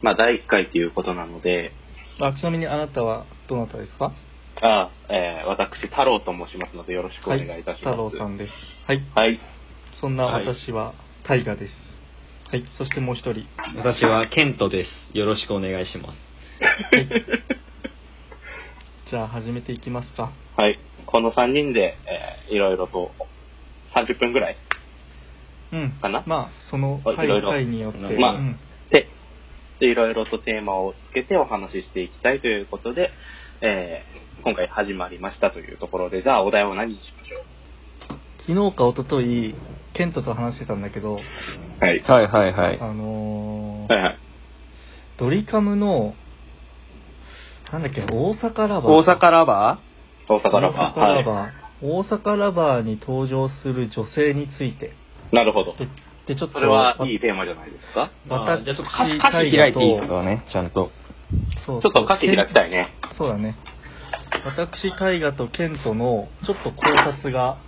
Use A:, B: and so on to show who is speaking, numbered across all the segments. A: まあ、第1回ということなので、
B: あちなみにあなたはどなたですか
A: あえー私、太郎と申しますので、よろしくお願いいたします。
B: 太郎さんです。はい。
A: はい。
B: そんな
A: はい
B: 私は、タイガです。はい。そしてもう一人。
C: 私はケントです。よろしくお願いします。
B: じゃあ始めていきますか。
A: はい。この3人で、えーいろいろと、30分ぐらい
B: うん。
A: かな
B: まあ、その
A: あ
B: 回
A: いろいろ
B: 回によって。
A: まあ
B: うん
A: で、でいろいろとテーマをつけてお話ししていきたいということで、えー今回始まりましたというところで、じゃあお題は何にしましょ
B: 昨日か一昨日ケントと話してたんだけど、
A: うはい
C: はいはいは
B: あのー
A: はいはい。
B: ドリカムの、なんだっけ、大阪ラバー。
C: 大阪ラバ
A: 大阪ラバー。
B: 大阪ラバー
A: は
B: 大阪ラバーに登場する女性について。
A: い。なるほど。
B: で、でちょっと、
A: それは
B: わ
A: いいテーマじゃないですか。
C: ー
B: 私、
C: じゃあちょっと歌詞歌詞開いていいですかね、ちゃんと。
B: そう
A: ちょっと歌詞開きた
B: い。
A: いね。
B: そうだね。私、大河とケントのちょっと考察が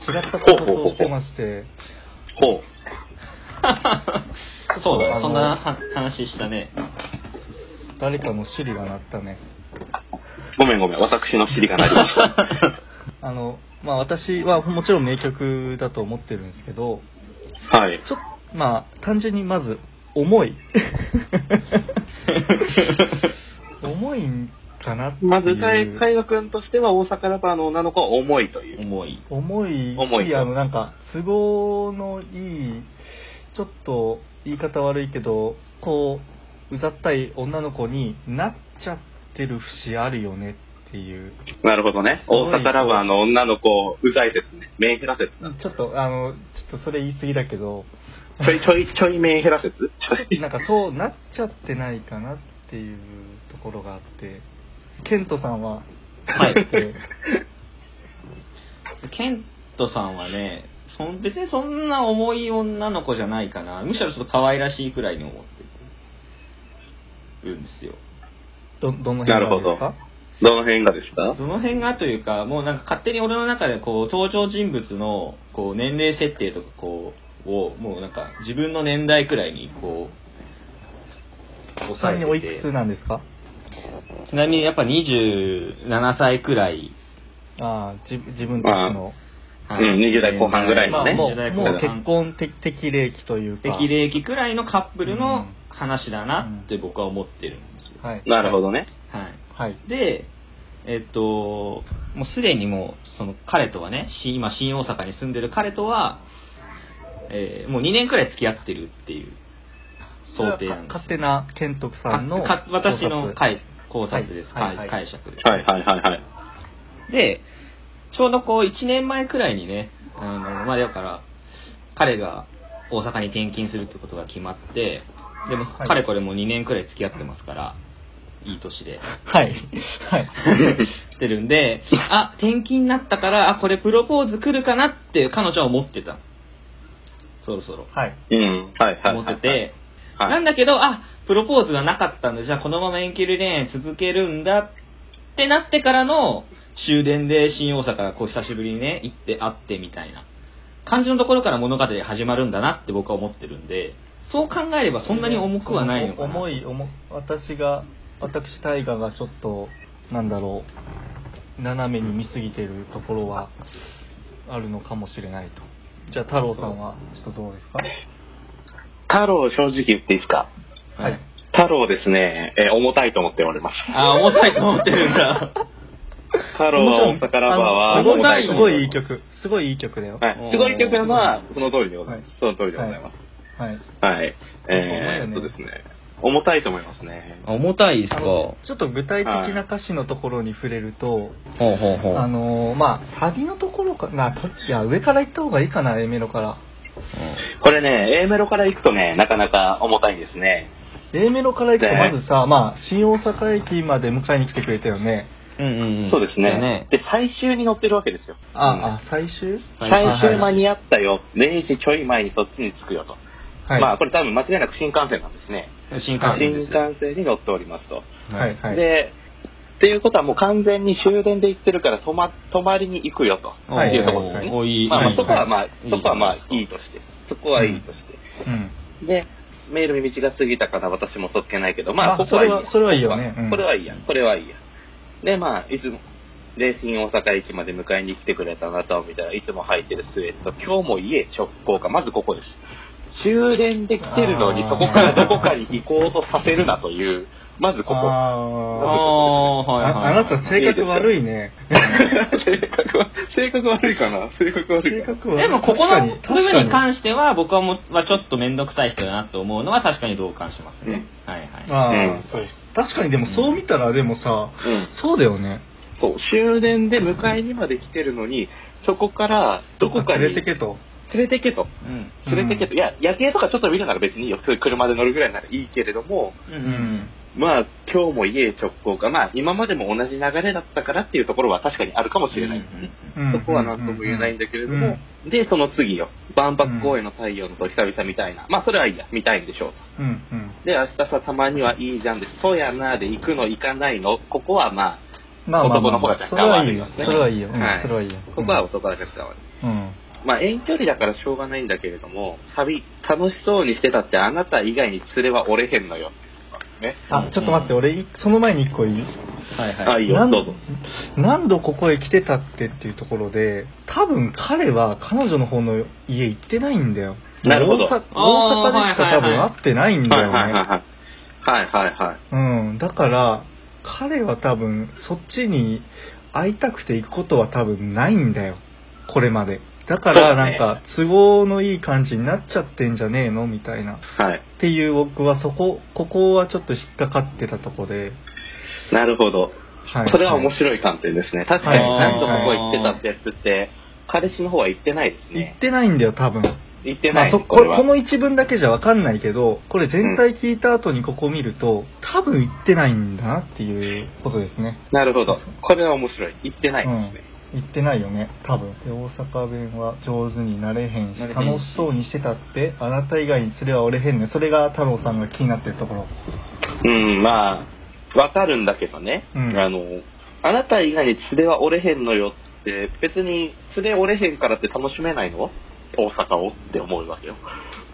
B: 違った考察をしてまして、
A: ほう。
C: そうだ
B: あの
C: ね、そんなは話したね。
B: 誰かの尻が鳴ったね。
A: ごめんごめん。私の尻が鳴りました。
B: あの、まあ私はもちろん名曲だと思ってるんですけど、
A: はい。
B: ちょっと、まあ単純にまず、重 い。重いんかなっていう。
A: まず、海外君としては大阪ラバーの女の子は重いという。
C: 重い。
B: 重いし
A: 重いと
B: あのなんか都合のいいちょっと言い方悪いけどこううざったい女の子になっちゃってる節あるよねっていう
A: なるほどね。大阪ラバーの女の子、うざい説ね。メンヘラ説だ。
B: ちょっとあのちょっとそれ言い過ぎだけ ど
A: ちょいちょい、ちょいメンヘラ説ち ょい。
B: なんかそうなっちゃってないかなっていうところがあってケントさんは
C: はい
B: え
C: ケントさんはね、そん別にそんな重い女の子じゃないかな。むしろちょっと可愛らしいくらいに思ってるんですよ。
B: ーどどの辺がですか
A: どの辺がですか
C: どの辺がというか、もうなんか勝手に俺の中でこう登場人物のこう年齢設定とかこうをもうなんか自分の年代くらいにこう
B: ちな
C: 抑
B: みにお
C: え
B: い
C: て
B: く
C: て
B: つなんですか
C: ちなみにやっぱ27歳くらい、
B: ああじ自分たちの
C: はい
A: うん20代後半ぐらい
B: ま
A: の
B: あ、
A: ね
B: もう
C: 20代後
B: も
C: 半
B: う結婚的適齢期というか
C: 適齢期くらいのカップル
B: うん
C: の話だなって僕は思ってるんですよ、
B: はい
A: なるほどね。
C: はい、
B: はい
C: で、えっと、もうすでにもう、その彼とはね、し今、新大阪に住んでる彼とは、えーもう2年くらい付き合ってるっていう想定なんです。
B: 勝手な健徳さんの
C: かか私
B: 考
C: の
B: 察
C: 解考察です、
B: はいはい
C: 解解釈です。
A: はいはいはいはい。
C: で、ちょうどこう1年前くらいにね、あの、まあだから、彼が大阪に転勤するってことが決まって、でも、
B: はい
C: 彼これもう2年くらい付き合ってますから、いい 年で。
B: はいはい
C: ってるんで、あ、転勤になったから、あ、これプロポーズ来るかなって彼女は思ってた。そろそろ。
B: はい
A: うん。はいはいはい。
C: 思ってて。
A: はい
C: なんだけど、あ、プロポーズがなかったんで、じゃあこのまま遠距離恋愛続けるんだってなってからの終電で新大阪がこう久しぶりにね、行って会ってみたいな感じのところから物語が始まるんだなって僕は思ってるんで、そう考えればそんなに重くはないのかな。
B: 重い重私が私大河がちょっとなんだろう斜めに見すぎてるところはあるのかもしれないとじゃあ太郎さんはちょっとどうですか
A: 太郎正直言っていいですか
B: はい
A: 太郎ですね、えー重たいと思っております。
C: あ、重たいと思ってるんだ。
A: 太郎は大阪ラバーは
B: あのす
A: 重
B: ご
A: た
B: い
A: いと
B: す
A: 思っ
B: ご
A: て
B: い
A: ま
B: いい曲すごいいい曲だよ
A: す。はい。すごい曲は、その通りでございます。その通りでございます。
B: はい
A: はい。えーっ
B: そ
A: と
B: うだよね
A: ですね、重たいと思いますね。
C: 重たいです
B: あ
C: か。
B: のちょっと具体的な歌詞のところに触れると、
C: ほうほうほう。
B: あのーまあサビのところかなといや上から行った方がいいかな A メロから
A: これね、A メロから行くとね、なかなか重たいんですね。
B: A メロから行くと
A: ね
B: まずさ、まあ新大阪駅まで迎えに来てくれたよね
C: うんうんうん、
A: そうですね。で、最終に乗ってるわけですよ。
B: あ、
A: うん
B: あ最終
C: 最
A: 最終間
C: マ
A: に合ったよ。0時ちょい前にそっちに着くよと。
B: はい、
A: まあ、これ多分間違いなく新幹線なんですね。
C: 新幹
A: 新
C: 線です。
A: 幹線に乗っておりますと。
B: はいはい
A: で、っていうことはもう完全に終電で行ってるから泊ま泊まりに行くよと
C: おー
A: いうところですね。
C: おーいい
A: まあまあ
C: いい
A: そこはまあ
C: いい
A: そこはまあ
C: いい
A: いいとして、そこはいいとして。
B: うん
A: で、メール耳が過ぎたから私もそっけないけど、まあ、
B: あ
A: ここはいいや
B: それはそれはいいよね
A: ここ
B: うん
A: これはいいや、これはいいや。で、まあ、いつも、で、新大阪駅まで迎えに来てくれたあなたを見たらいつも履いてるスウェット、今日も家直行か、まずここです。終電で来てるのに、
B: あー
A: そこからどこかに行こうとさせるなという、まずここ。
C: あ
B: あ
C: あ、
B: あ
C: はいはい。
B: あなた性格悪いね。
A: 性格は、性格悪いかな性格悪い
B: 性
A: かな
B: 格悪い。
C: でもここの
B: 確か
C: 部
B: に
C: 分に
B: 確かに
C: 関しては僕はもう、まあ、ちょっと面倒くさい人だなと思うのは確かに同感しますね。はいはい。
B: ああ、
A: うん
B: そう。確かにでもそう見たらでもさ、
A: うん
B: そうだよね。
A: そう、終電で迎えにまで来てるのに、そこからどこかに
B: 連
A: 連
B: れてけと。
A: れてけと。
C: うん。
A: 連れてけと。いや、夜景とかちょっと見るなら別にいいよ。そういう車で乗るぐらいならいいけれども、
C: う。
B: うん
A: まあ、今日も家へ直行か。まあ、今までも同じ流れだったからっていうところは確かにあるかもしれない。
B: うん
A: そこは何とも言えないんだけれど
B: うん
A: も、で、その次よ。万博公園の太陽のと久々みたいな。まあ、それはいいや。見たいんでしょうと。
B: うんうん。
A: で、明日さ、たまにはいいじゃんで、そうやなで行くの行かないの、ここはまあ、
B: まあまあ
A: 男の方
B: ま
A: が
B: あ
A: 若
B: そ
A: 干
B: れはい
A: 悪
B: いよ
A: い。です
B: そ
A: ね
B: れはいいよ。うん
A: はい
B: それはいいよ。
A: ここは男が若干悪い。
B: うん。
A: まあ遠距離だからしょうがないんだけれども、サビ、楽しそうにしてたってあなた以外に連れは折れへんのよ。ね。
B: あ、ちょっと待って、俺、その前に一個いい
C: はい
A: あ、
C: はいい。
A: いよ、
B: 何
A: どうぞ。
B: 何度ここへ来てたってっていうところで、多分彼は彼女の方の家行ってないんだよ。
A: なるほど
B: 大阪
C: あー
B: 大阪でしか多分会ってないんだ
A: はい
B: よね。
A: はいはいはい。はいはいはい。
B: うん、だから彼は多分そっちに会いたくて行くことは多分ないんだよこれまでだか
A: そう
B: ら
A: ね
B: なんか都合のいい感じになっちゃってんじゃねえのみたいなっ
A: はい。
B: ていう僕はそこここはちょっと引っかかってたとこで、
A: なるほど。
B: はい、
A: それは面
B: い
A: 白い観点ですね。確かに
B: はい
A: 何度もここへ来てたってやつって、彼氏の方は行ってないです
B: 行
A: ね
B: っ。てないんだよ多分
A: 行って
B: ま
A: な
B: あ
A: い。
B: そ
A: こ
B: こ
A: れは
B: この一文だけじゃわかんないけどこれ全体聞いた後にここ見ると多分行ってないんだなっていうことですね
A: なるほど。これは面白い。行ってないですね。
B: うん、行ってないよね多分で大阪弁は上手になれへんし
C: なれへんし
B: 楽しそうにしてたってあなた以外に連れはおれへんねそれが太郎さんが気になってるところ
A: うん、まあ、わかるんだけどね、
B: うん
A: あの、あなた以外に連れは折れへんのよって、別に連れ折れへんからって楽しめないの大阪をって思うわけよ。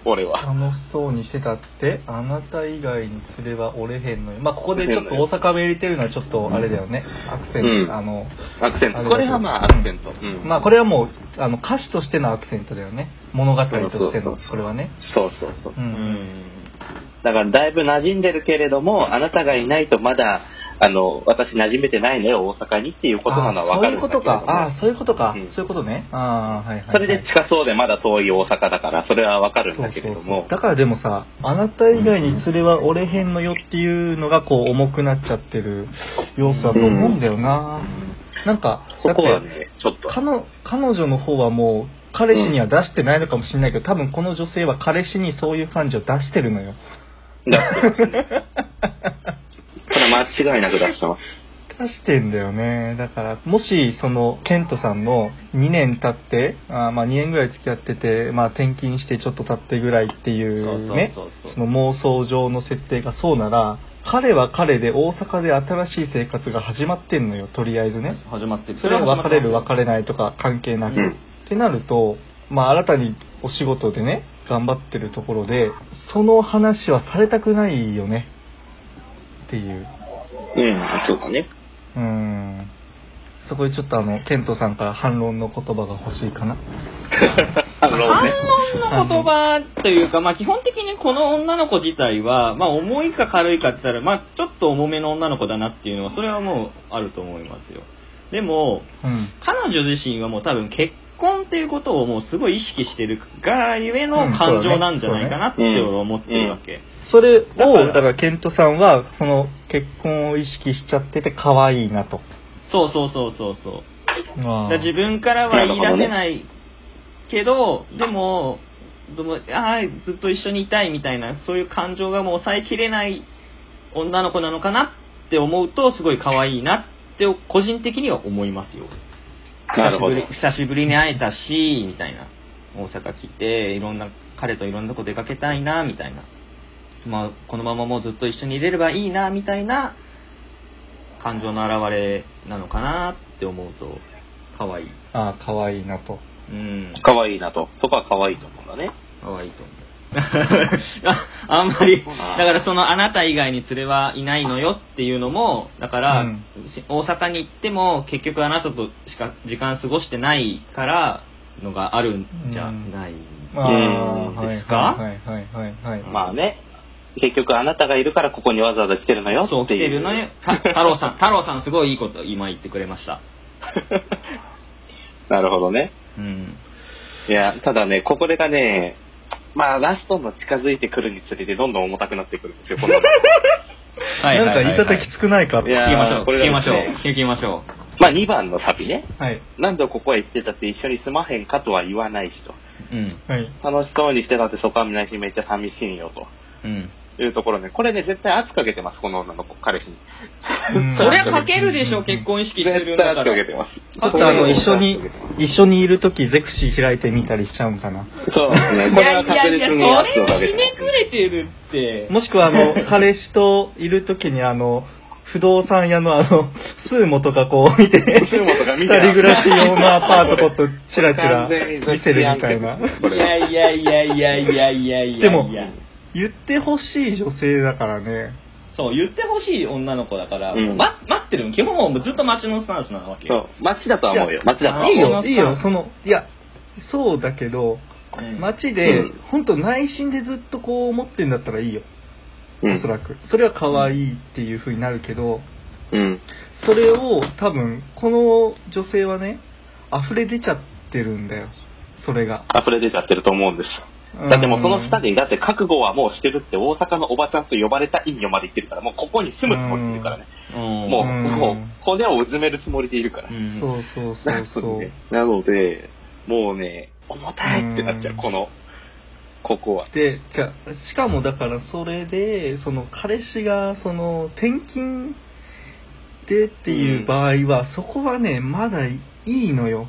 A: 俺は。
B: 楽しそうにしてたってあなた以外に連れはおれへんのよまあここでちょっと大阪弁入れてるのはちょっとあれだよねアクセ
A: う
B: ント、
A: ん
B: あの
A: アクセント。
B: あれだけど
A: これはまあ、アクセント。うん。
B: まあこれはもうあの歌詞としてのアクセントだよね物語として
A: そうそう
B: の
A: そう
B: それはね
A: そうそうそう。
B: う
C: うんん。
A: だから、だいぶ馴染んでるけれども、あなたがいないとまだ、あの、私馴染めてないのよ、大阪にっていうことなのはわかるんだけれども。
B: あーそういうことかあー
A: うん
B: そういうことか、そういうことねああはいはい、はい、
A: それで近そうでまだ遠い大阪だから、それはわかるんだけれども。
B: だからでもさあなた以外に連れは折れへんのよっていうのがこう重くなっちゃってる要素だと思うんだよな、なんか
A: そこは
B: だって
A: ね、ちょっと。
B: 彼女彼女の方はもう彼氏には出してないのかもしれないけど多分この女性は彼氏にそういう感情を出してるのよ
A: だってですね。これ間違いなく出してます。
B: 出してんだよねだからもしそのケントさんの2年経ってあーまあ2年ぐらい付き合ってて、まあ、転勤してちょっと経ってぐらいっていうね
C: そうそうそうそう
B: その妄想上の設定がそうなら彼は彼で大阪で新しい生活が始まってんのよとりあえずね
C: 始まってる。
B: それは別れる別
C: れ
B: れないとか関係なく、
A: うん
B: ってなると、まあ、新たにお仕事でね頑張ってるところでその話はされたくないよねっていう
A: うん、そうだね。
B: うーんそこでちょっとあのケントさんから反論の言葉が欲しいかな
A: あのね。
C: 反論の言葉というか、まあ基本的にこの女の子自体は、まあ重いか軽いかって言ったら、まあちょっと重めの女の子だなっていうのは、それはもうあると思いますよ。でも、
B: うん
C: 彼女自身はもう多分結婚っていうことをもうすごい意識してるがゆえの感情なんじゃないかなって思ってるわけ。
B: それを
C: だから
B: だからケントさんはその結婚を意識しちゃってて可愛いなと
C: そうそうそうそうそう。だ
B: あ
C: から自分からは言い出せないけど、でも、でもああ、ずっと一緒にいたいみたいな、そういう感情がもう抑えきれない女の子なのかなって思うと、すごい可愛いなって、個人的には思いますよ。
A: なるほど。
C: 久しぶり久しぶりに会えたし、みたいな。大阪来て、いろんな、彼といろんなとこ出かけたいな、みたいな。まあ、このままもうずっと一緒にいれればいいな、みたいな感情の表れなのかなって思うと、可愛い。
B: あー可愛いなと
C: うん。
A: 可愛いなと。そこは可愛いと思うんだね。
C: 可愛いと思 ああんまり、だからそのあなた以外に連れはいないのよっていうのも、だから、
B: うん
C: し大阪に行っても結局あなたとしか時間過ごしてないからのがあるんじゃない、
B: ああ
A: うん
B: はい
C: ですか
B: はいはいはいはいはい。
A: まあね、結局あなたがいるからここにわざわざ来てるのよっていう。
C: そう、来てるのよ。た太郎さん、太郎さんすごいいいこと今言ってくれました。
A: なるほどね。
C: うん。
A: いや、ただね、ここでがね、まあラストの近づいてくるにつれてどんどん重たくなってくるんですよ、この
C: はいはいはいはい
B: なんか言い方きつくないか。
A: いや
C: 聞きましょう、
A: これ
C: 聞
A: が
C: きましょう
A: です、
C: 聞きましょ
A: まあ2番のサビね。
B: はい。
A: 何度ここへ来てたって一緒に住まへんかとは言わないしと。
C: う。うん。
B: はい。
A: 楽しそうにしてたってそこは見ないしめっちゃ寂しいよ
C: うん。
A: というところね。これね、絶対圧かけてます、この女の子、彼氏に。
B: うん
C: そりゃかけるでし
B: う
C: ょ、
B: ん
C: 結婚意識してる
A: 絶
C: ん
A: 対
C: だ
A: 圧
C: か
A: かけ
C: ら。
A: てます。
B: ちょっとあの、一緒に
A: これね圧かけてま、
B: 一緒にいるとき、ゼクシー開いてみたりしちゃうんかな。
A: すそうですね。こ
C: い
A: れ
C: や
A: はい
C: や
A: 確
C: いや、
A: 実
C: それ
A: に
C: は
A: 圧をかけ
C: ひ
A: て
C: ね
A: ま
C: くれてるって。
B: もしくは、あ の、彼氏といるときに、あの、不動産屋のあの、スーモとかこう見て、
A: スーモとか見て
B: 二人暮らし用のアパートことチラチラ
A: 完全に
B: 見せるみたいな。
A: ゾッキアンケですねこ
C: い
A: れは
C: やいやいやいやいやいやいや。
B: でも言ってほしい女性だからね。
C: そう、言ってほしい女の子だから、
A: うん
C: ま待ってる基本もうずっと待ちのスタンスなわけ
A: そ
C: よ。
A: う。街だとは思うよ。街だとはい
B: い
A: 思う。
B: よ、いいよ、その、いや、そうだけど、
C: うん
B: 街で
A: うん、
B: 本当内心でずっとこう思ってんだったらいいよ、
A: うん
B: おそらく。それは可愛いっていう風になるけど、
A: うん。
B: それを多分、この女性はね、溢れ出ちゃってるんだよ、それが。
A: 溢れ出ちゃってると思うんです。
B: うん
A: だってもうその二人、だって覚悟はもうしてるって大阪のおばちゃんと呼ばれたいんよまで行ってるから、もうここに住むつもりでいるからね。
C: うん
A: もう、
B: うん
A: もう骨をうずめるつもりでいるから。
C: うん
B: そうそうそうそう。
A: なので、もうね、重たいってなっちゃう、
B: うん
A: この、ここは。
B: でじゃあしかもだからそれでその彼氏がその転勤でっていう場合は、そこはねまだいいのよ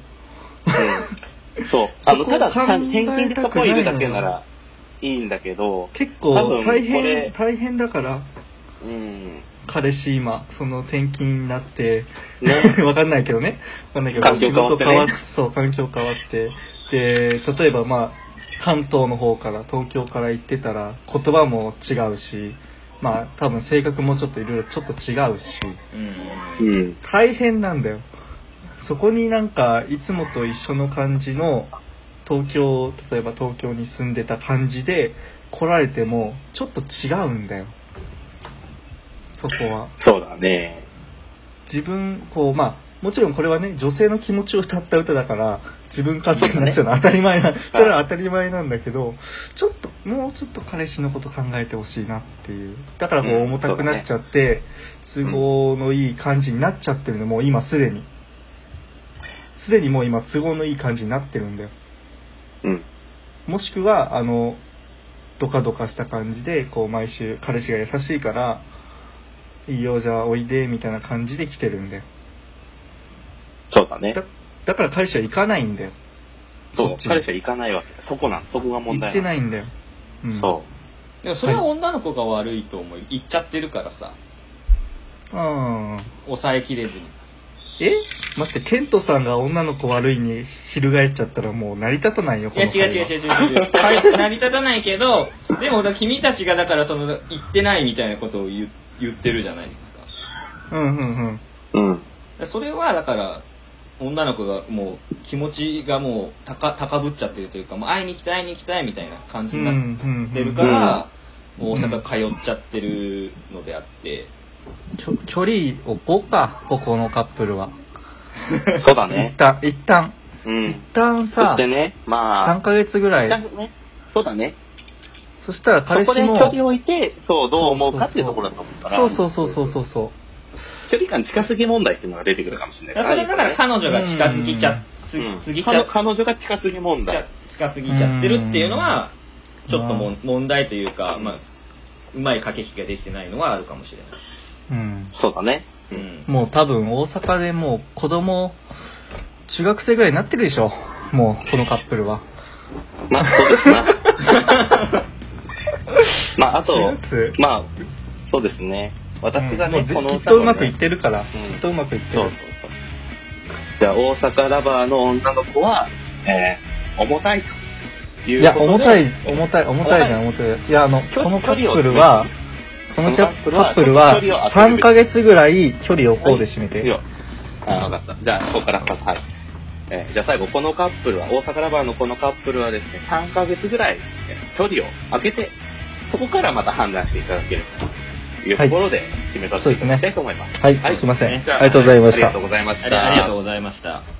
A: うんそう。あの、
B: そこ
A: ただ
B: 考えたくない
A: 単に返金でそこにいるだけな
B: のよ
A: らいいんだけど、
B: 結
A: 多
B: 構
A: 分
B: 大
A: これ
B: 変大変だから
A: うん。
B: 彼氏今その転勤になって、
A: ね
B: わかんないけどねわかんないけど
A: 環境変わってね
B: 仕事そう環境変わってで例えばまあ関東の方から東京から行ってたら言葉も違うしまあ多分性格もちょっといろいろちょっと違うし
C: うん
A: うん。
B: 大変なんだよそこになんかいつもと一緒の感じの東京例えば東京に住んでた感じで来られてもちょっと違うんだよそこは
A: そうだね。
B: 自分こうまあもちろんこれはね女性の気持ちを歌った歌だから自分勝手になっちゃうのは当たり前な、それは当たり前なんだけどちょっともうちょっと彼氏のこと考えてほしいなっていうだからこう
A: うん
B: 重たくなっちゃって、
A: うだね
B: 都合のいい感じになっちゃってるのもう今すでにすでにもう今都合のいい感じになってるんだよ
A: うん。
B: もしくはあのドカドカした感じでこう毎週彼氏が優しいからいいよじゃあおいでみたいな感じで来てるんだよ
A: そうだね
B: だ。だから会社行かないんだよ。
A: そ
B: そうっち。に
A: 彼氏は行かないわけだ。そこなん、そこが
B: 行
A: 問題
B: って
A: ん
B: ないんだよ。うん、
A: そ
C: でもそれは女の子が悪いと思う。言っちゃってるからさ、
B: う。うん。
C: 抑えきれずに。
B: え待って、ケントさんが女の子悪いに翻っちゃったらもう成り立たないよ、
C: いや違う
B: 会話
C: 違う違う違う違う。会話成り立たないけど、でも君たちがだからその、言ってないみたいなことを言う言ってるじゃないですか。
B: うんうん
A: う。うん。
C: それはだから女の子がもう気持ちがもう高高ぶっちゃってるというかもう会いに行きたい会いに行きたいみたいな感
B: うん。う
C: じ
B: ん
C: に
B: う
C: なっ
B: んうん
C: てるから、
B: うん
C: もう大阪通っちゃってるのであって、
B: きょ距離置こうか、ここのカップルは。
A: そうだね
B: 一。旦、一旦、
A: うん。
B: 一旦
A: そ
B: さ
A: し、てね、ま
B: 3
A: あ、
B: ヶ月ぐら
A: 一
B: い、
A: 旦ねそうだね。
B: そしたら彼
A: そこで
B: 氏
A: 距
B: も、
A: 離を置いて、そう、どう思うかっていうところだと思うから。
B: そうそうそうそうそう。
A: 距離感近すぎ問題っていうのが出てくるかもしれ
C: だ
A: ない
C: からそれはだから彼女が近づきちゃ、つ
A: うん
C: 過ぎち
A: 彼
C: ゃ
A: 彼女が近すぎ問題。
C: 近すぎちゃってるっていうのは
B: うん
C: ちょっともん問題というか、
A: うん
C: まあ、うまい駆け引きができてないのはあるかもしれない。
B: うん。
A: そうだね。
C: う
A: うん
C: ん
B: もう多分大阪でもう子供、中学生ぐらいになってるでしょ。もう、このカップルは。
A: まあ、そうです な。まあ、あと
B: 4、月
A: まあ、そうですね。私が
B: う
A: ね
B: ん、
A: こ
B: も
A: の
B: うきっとうまくいって
A: る。
B: るから、
A: ん
B: きっとうまくいって
A: そうそう
B: る。
A: そう。じゃあ、大阪ラバーの女の子は、えー重たいと。い
B: いうや、
A: こと
B: 重
A: で
B: たい、重たい、重たいじゃん、重たい。いや、あの、
A: 距
B: このカップル
A: 距離を
B: は
A: 詰めて、
B: このカ
A: こ
B: ップ
A: のカップ
B: ル
A: ル
B: は
A: は距離を集める
B: 3ヶ月ぐらい距離をこうで締めて。
A: いいよああ、わかった。じゃあ、ここからスタート。はい。えーじゃあ最後、このカップルは、大阪ラバーのこのカップルはですね、3ヶ月ぐらい、えー距離を空けて、そこからまた判断していただけるというところで、締めさせていただきたいと思います。
B: はい、すいません。
C: ね
A: じゃ
B: ありがとうございまし
A: あり
B: た
A: がとう。ございまし
C: ありありがと
A: た
C: う。ございました。